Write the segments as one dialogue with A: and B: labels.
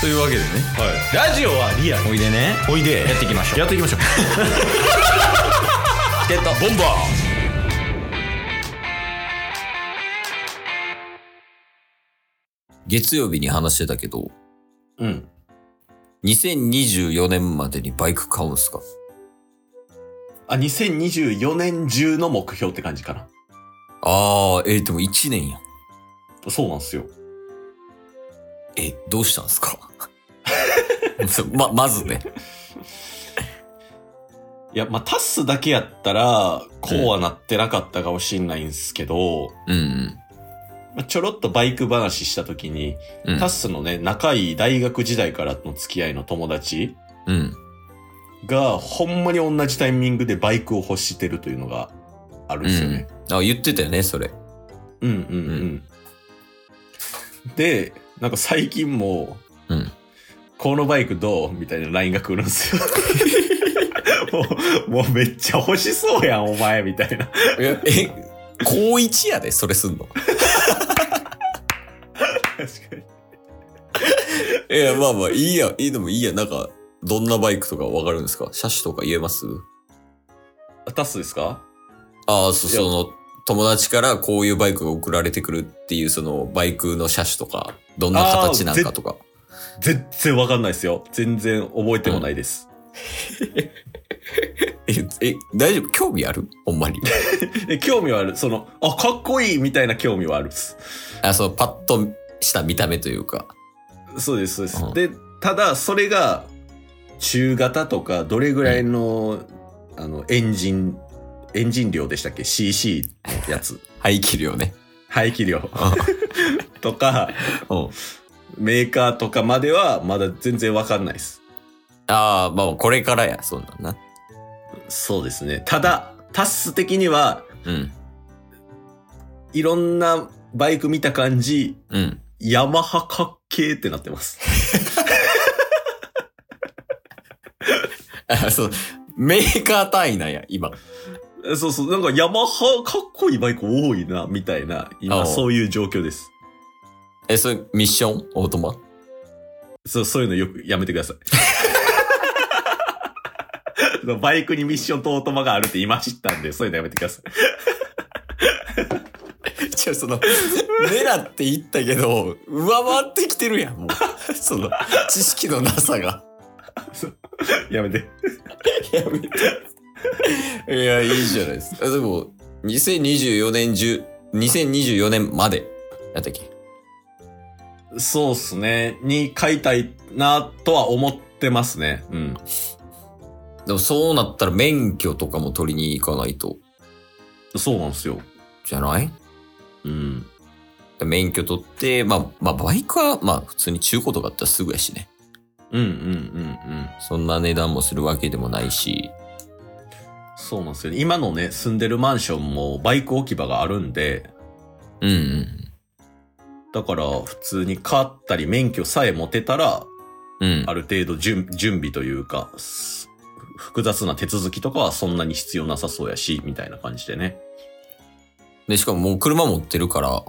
A: というわけでね
B: ラジオはリアル
A: おいでね
B: おいで
A: やっていきましょう
B: やっていき ましょう
A: チケットボンバー月曜日に話してたけど、
B: うん
A: 2024年までにバイク買うんすか
B: あ2024年中の目標って感じかな
A: ああ、えー、でも1年やん。
B: そうなんですよ
A: え、どうしたんすか ま、まずね。
B: いやまあタスだけやったらこうはなってなかったかもしんないんすけど、
A: うんうん。
B: まあちょろっとバイク話した時に、
A: うん
B: タスのね仲いい大学時代からの付き合いの友達
A: うん。
B: がほんまに同じタイミングでバイクを欲してるというのがあるんですよね、
A: あ、言ってたよね、それ。
B: うんうんうん。
A: う
B: で、なんか最近も、
A: うん
B: このバイクどうみたいな LINE が来るんで すよ。もう、もうめっちゃ欲しそうやん、お前、みたいな。
A: え、え高一やで、それすんの。
B: 確かに。
A: いや、まあまあ、いいや、いいでもいいや、なんか、どんなバイクとかわかるんですか車種とか言えます
B: タスですか
A: ああ、そ、
B: いや
A: その、友達からこういうバイクが送られてくるっていう、その、バイクの車種とか、どんな形なんかとか。
B: 全然わかんないですよ。全然覚えてもないです。
A: え、え、大丈夫興味あるほんまに。
B: え興味はある。その、あ、かっこいいみたいな興味はあるっす。
A: あ、その、パッとした見た目というか。
B: そうです、そうです。
A: うん
B: で、ただ、それが、中型とか、どれぐらいの、あの、エンジン、エンジン量でしたっけ ?CC のや つ。
A: 排気量ね。
B: 排気量とか、
A: うん。
B: メーカーとかまでは、まだ全然わかんないです。
A: ああ、まあ、これからや、そんなんな。
B: そうですね。ただ、タッス的には、
A: うん。
B: いろんなバイク見た感じ、
A: うん。
B: ヤマハかっけーってなってます。
A: あ、そう、メーカー単位なんや、今。
B: そうそう、なんかヤマハかっこいいバイク多いな、みたいな、
A: あ
B: 今
A: あ
B: そういう状況です。
A: え、それ、ミッションオートマ
B: そう、そういうのよくやめてくだ さい。バイクにミッションとオートマがあるって今知ったんで、そういうのやめてください。
A: じゃその、狙って言ったけど、上回ってきてるやん、もう。 その、知識のなさが。
B: やめて。
A: やめて。いや、いいじゃないですか。でも、2024年中、2024年まで、やったっけ
B: そうっすね。に買いたいなとは思ってますね。うん。
A: でもそうなったら免許とかも取りに行かないと、
B: そうなんですよ。
A: じゃない
B: うん。
A: 免許取って、まあ、まあ、バイクは、まあ、普通に中古とかだったらすぐやしね。
B: うんうんうんうん。
A: そんな値段もするわけでもないし。
B: そうなんですよね。今のね、住んでるマンションもバイク置き場があるんで、
A: うんうん
B: だから普通に買ったり免許さえ持てたら、
A: うん。うん。
B: ある程度準準備というか、す複雑な手続きとかはそんなに必要なさそうやし、みたいな感じでね。
A: で、しかももう車持ってるから、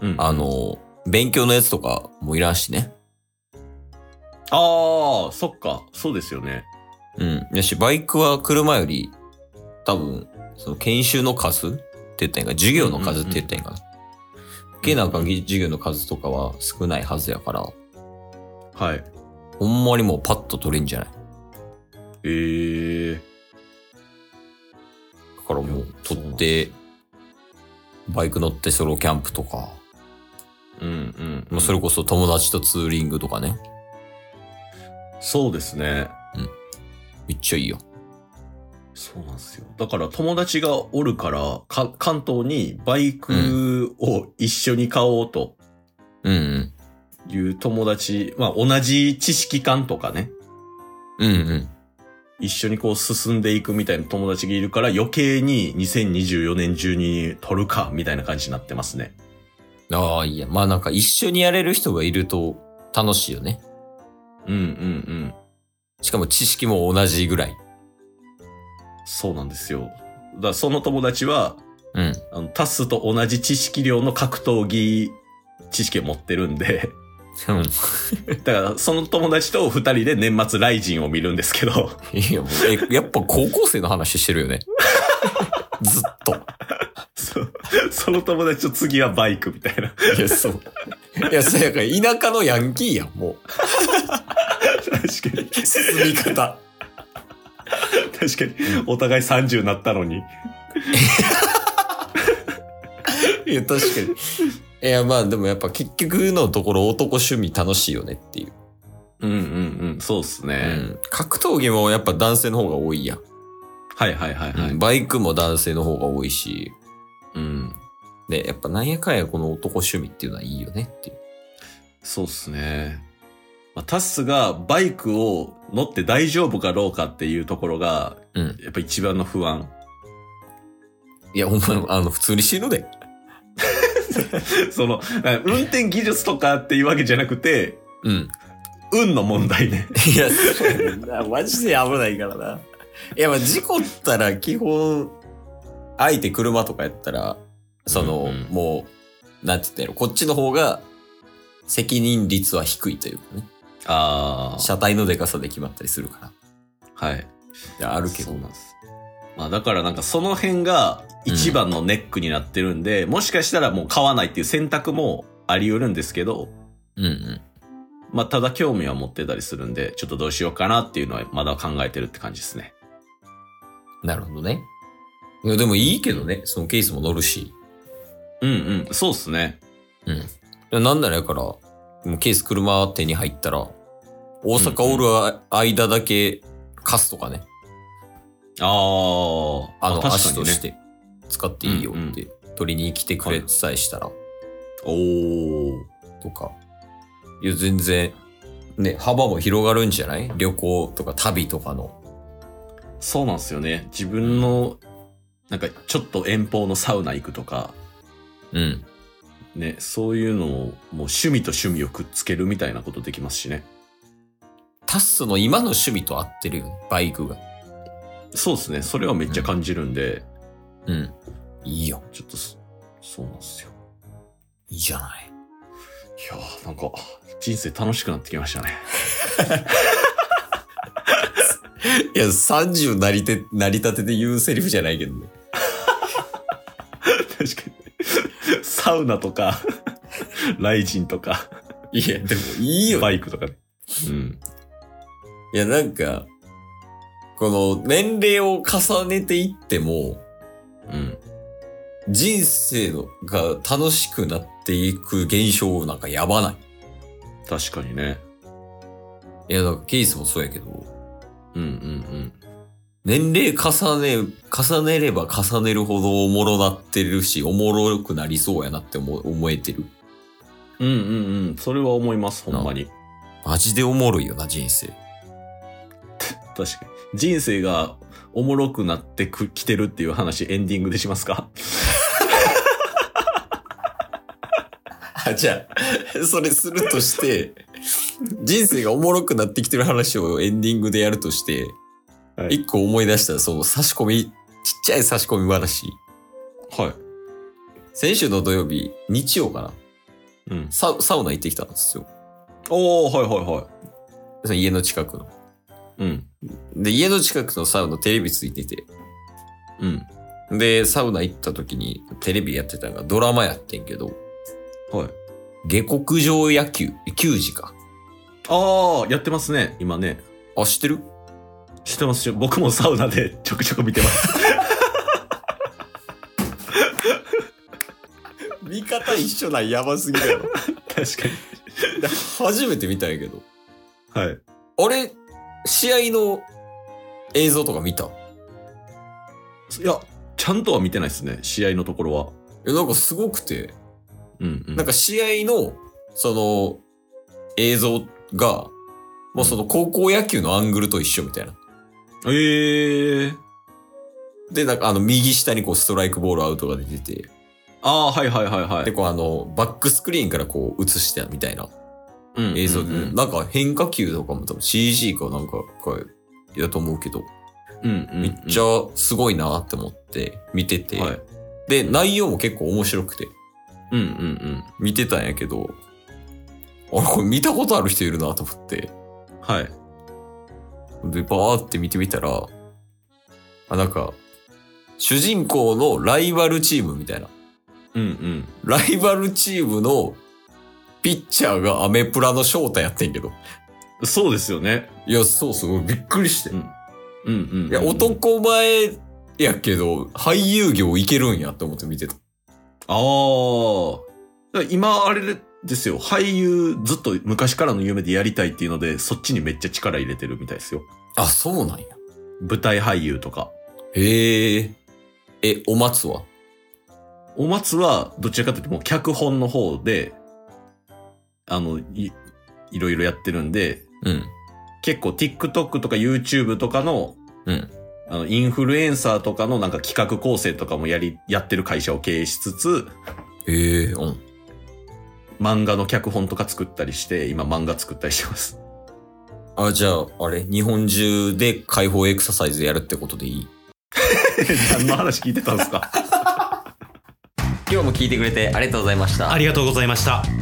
B: うん。あ
A: あの、勉強のやつとかもいらんしね。
B: あー、そっか。そうですよね。
A: うん。やし、バイクは車より、多分、その研修の数って言ったんやんか、授業の数って言ったんやんかな。受けなあかん授業の数とかは少ないはずやから、
B: はい。
A: ほんまにもうパッと取れんじゃない
B: えー。
A: だからもう取って、バイク乗ってソロキャンプとか、
B: うんうん。
A: まあそれこそ友達とツーリングとかね、
B: そうですね。
A: めっちゃいいよ。
B: そうなんですよ。だから友達がおるから、か関東にバイクを一緒に買おうと
A: うんうん。
B: いう友達、まあ同じ知識観とかね、
A: うんうん。
B: 一緒にこう進んでいくみたいな友達がいるから余計に2024年中に取るか、みたいな感じになってますね。
A: ああ、いいや。まあなんか一緒にやれる人がいると楽しいよね。
B: うんうんうん。
A: しかも知識も同じぐらい。
B: そうなんですよ。だからその友達は、
A: うん。
B: あの、タスと同じ知識量の格闘技知識を持ってるんで、
A: うん。
B: だから、その友達と二人で年末ライジンを見るんですけど、
A: いや、もうえやっぱ高校生の話してるよね。 ずっと。
B: そその友達と次はバイクみたいな。
A: いや、そう。いや、そうやから、田舎のヤンキーやん、も
B: 確かに。
A: う。進み方。
B: 確かに。お互い30になったのに。
A: いや、確かに。いや、まあ、でもやっぱ結局のところ男趣味楽しいよねっていう。
B: うんうんうん。そうっす
A: う
B: ね。
A: ん。格闘技もやっぱ男性の方が多いやん。
B: はいはいはいはい。
A: うんバイクも男性の方が多いし。
B: うん。
A: で、やっぱなんやかんやこの男趣味っていうのはいいよねっていう。
B: そうっすね。まあ、タスがバイクを乗って大丈夫かどうかっていうところが、
A: うん。
B: やっぱ一番の不安。
A: いや、ほんま、あの、普通に死ぬで。
B: その、運転技術とかっていうわけじゃなくて、
A: うん。
B: 運の問題ね。
A: いや、そうや なマジで危ないからな。いや、まあ、事故ったら基本、相手車とかやったら、その、
B: うんうん
A: もう、なんて言ったんやろ、こっちの方が、責任率は低いというかね。
B: あ
A: 車体のデカさで決まったりするから。
B: あ。はい。
A: いやあるけど
B: そう。なんです。まあだからなんかその辺が一番のネックになってるんで、もしかしたらもう買わないっていう選択もあり得るんですけど、
A: うんうん。
B: まあただ興味は持ってたりするんで、ちょっとどうしようかなっていうのはまだ考えてるって感じですね。
A: なるほどね。いや、でもいいけどね。そのケースも乗るし。
B: うんうん、そうっすね。
A: うん。なんならやから、もうケース車手に入ったら、大阪おる間だけ貸すとかね。
B: あー
A: あの、
B: ま
A: 足として使っていいよって、取りに来てくれさえしたら、
B: おー。
A: とか。いや、全然、ね、幅も広がるんじゃない旅行とか旅とかの。
B: そうなんですよね。自分の、なんかちょっと遠方のサウナ行くとか、
A: うん。
B: ね、そういうのをもう趣味と趣味をくっつけるみたいなことできますしね。
A: タッスの今の趣味と合ってるよね、バイクが。
B: そうですね。それはめっちゃ感じるんで、
A: うん。いいよ。
B: ちょっとそ、そうなんですよ。
A: いいじゃない。
B: いやー、なんか、人生楽しくなってきましたね。
A: いや、30なりて、なりたてで言うセリフじゃないけどね。
B: 確かに。サウナとか、 ライジンとか、
A: いや、でもい いよ。
B: バイクとかね。うん。
A: いや、なんか、この年齢を重ねていっても、
B: うん。
A: 人生が楽しくなっていく現象なんかやばない。
B: 確かにね。
A: いや、だからケースもそうやけど、
B: うんうん
A: 年齢重ね、重ねれば重ねるほどおもろなってるし、おもろくなりそうやなって思思えてる。
B: うん。うんうんうん。それは思います、ほんまに。
A: マジでおもろいよな、人生。
B: 確かに。人生がおもろくなってくきてるっていう話、エンディングでしますか
A: あ、じゃあ、それするとして、人生がおもろくなってきてる話をエンディングでやるとして、
B: はい
A: 一個思い出したその差し込み、ちっちゃい差し込み話。
B: は。
A: 先週の土曜日、日曜かない
B: うん。
A: サウサウナ行ってきたんですよ。
B: おー、はいはいは
A: その家の近くの。
B: い。うん。
A: で、家の近くのサウナテレビついてて。
B: うん。
A: で、サウナ行った時にテレビやってたのがドラマやってんけど、
B: はい。
A: 下克上野球、球児か。
B: あー、やってますね、今ね。
A: あ、知ってる
B: 知ってますよ。僕もサウナで ちょくちょく見てます。
A: 見方一緒なんやばすぎだよ。
B: 確か
A: 初めて見たんやけど。
B: に。はい。
A: あれ、試合の映像とか見たい
B: いや、ちゃんとは見てないですね、試合のところは。
A: や、なんかすごくて、
B: うん、うん。
A: なんか試合の、その、映像が、もうその高校野球のアングルと一緒みたいな。
B: ええー。
A: で、なんかあの右下にこうストライクボールアウトが出てて、
B: ああ、はいはいはいは
A: で、
B: い。
A: こうあの、バックスクリーンからこう映してたみたいな
B: うん
A: 映像
B: う
A: で、
B: んうん。
A: なんか変化球とかも多分 CG かなんかかだと思うけど、
B: うんうんうん
A: めっちゃすごいなって思って見てて、
B: はい。
A: で、内容も結構面白くて
B: うんうん
A: 見てたんやけど、あ、これ見たことある人いるなと思って。
B: はい。
A: で、バーって見てみたら、あ、なんか、主人公のライバルチームみたいな。
B: うんうん。
A: ライバルチームのピッチャーがアメプラの翔太やってんけど。
B: そうですよね。
A: いや、そうそう、びっくりして。
B: うんうんうん、うん。
A: いや、男前やけど、俳優業いけるんやって思って見てた。
B: ああ。今、あれですよ。俳優、ずっと昔からの夢でやりたいっていうので、そっちにめっちゃ力入れてるみたいですよ。
A: あ、そうなんや。
B: 舞台俳優とか。
A: へえ。え、お松は
B: お松は、どちらかというともう脚本の方で、あの、い、いろいろやってるんで、
A: うん。
B: 結構 TikTok とか YouTube とかの、
A: うん。
B: あの、インフルエンサーとかのなんか企画構成とかもやり、やってる会社を経営しつつ、
A: へえ、うん。
B: 漫画の脚本とか作ったりして、今漫画作ったりしてます。
A: あ、じゃあ、あれ、日本中で解放エクササイズやるってことでいい
B: 何の話聞いてたんですか
A: 今日も聞いてくれてありがとうございました
C: あ。りがとうございました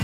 C: す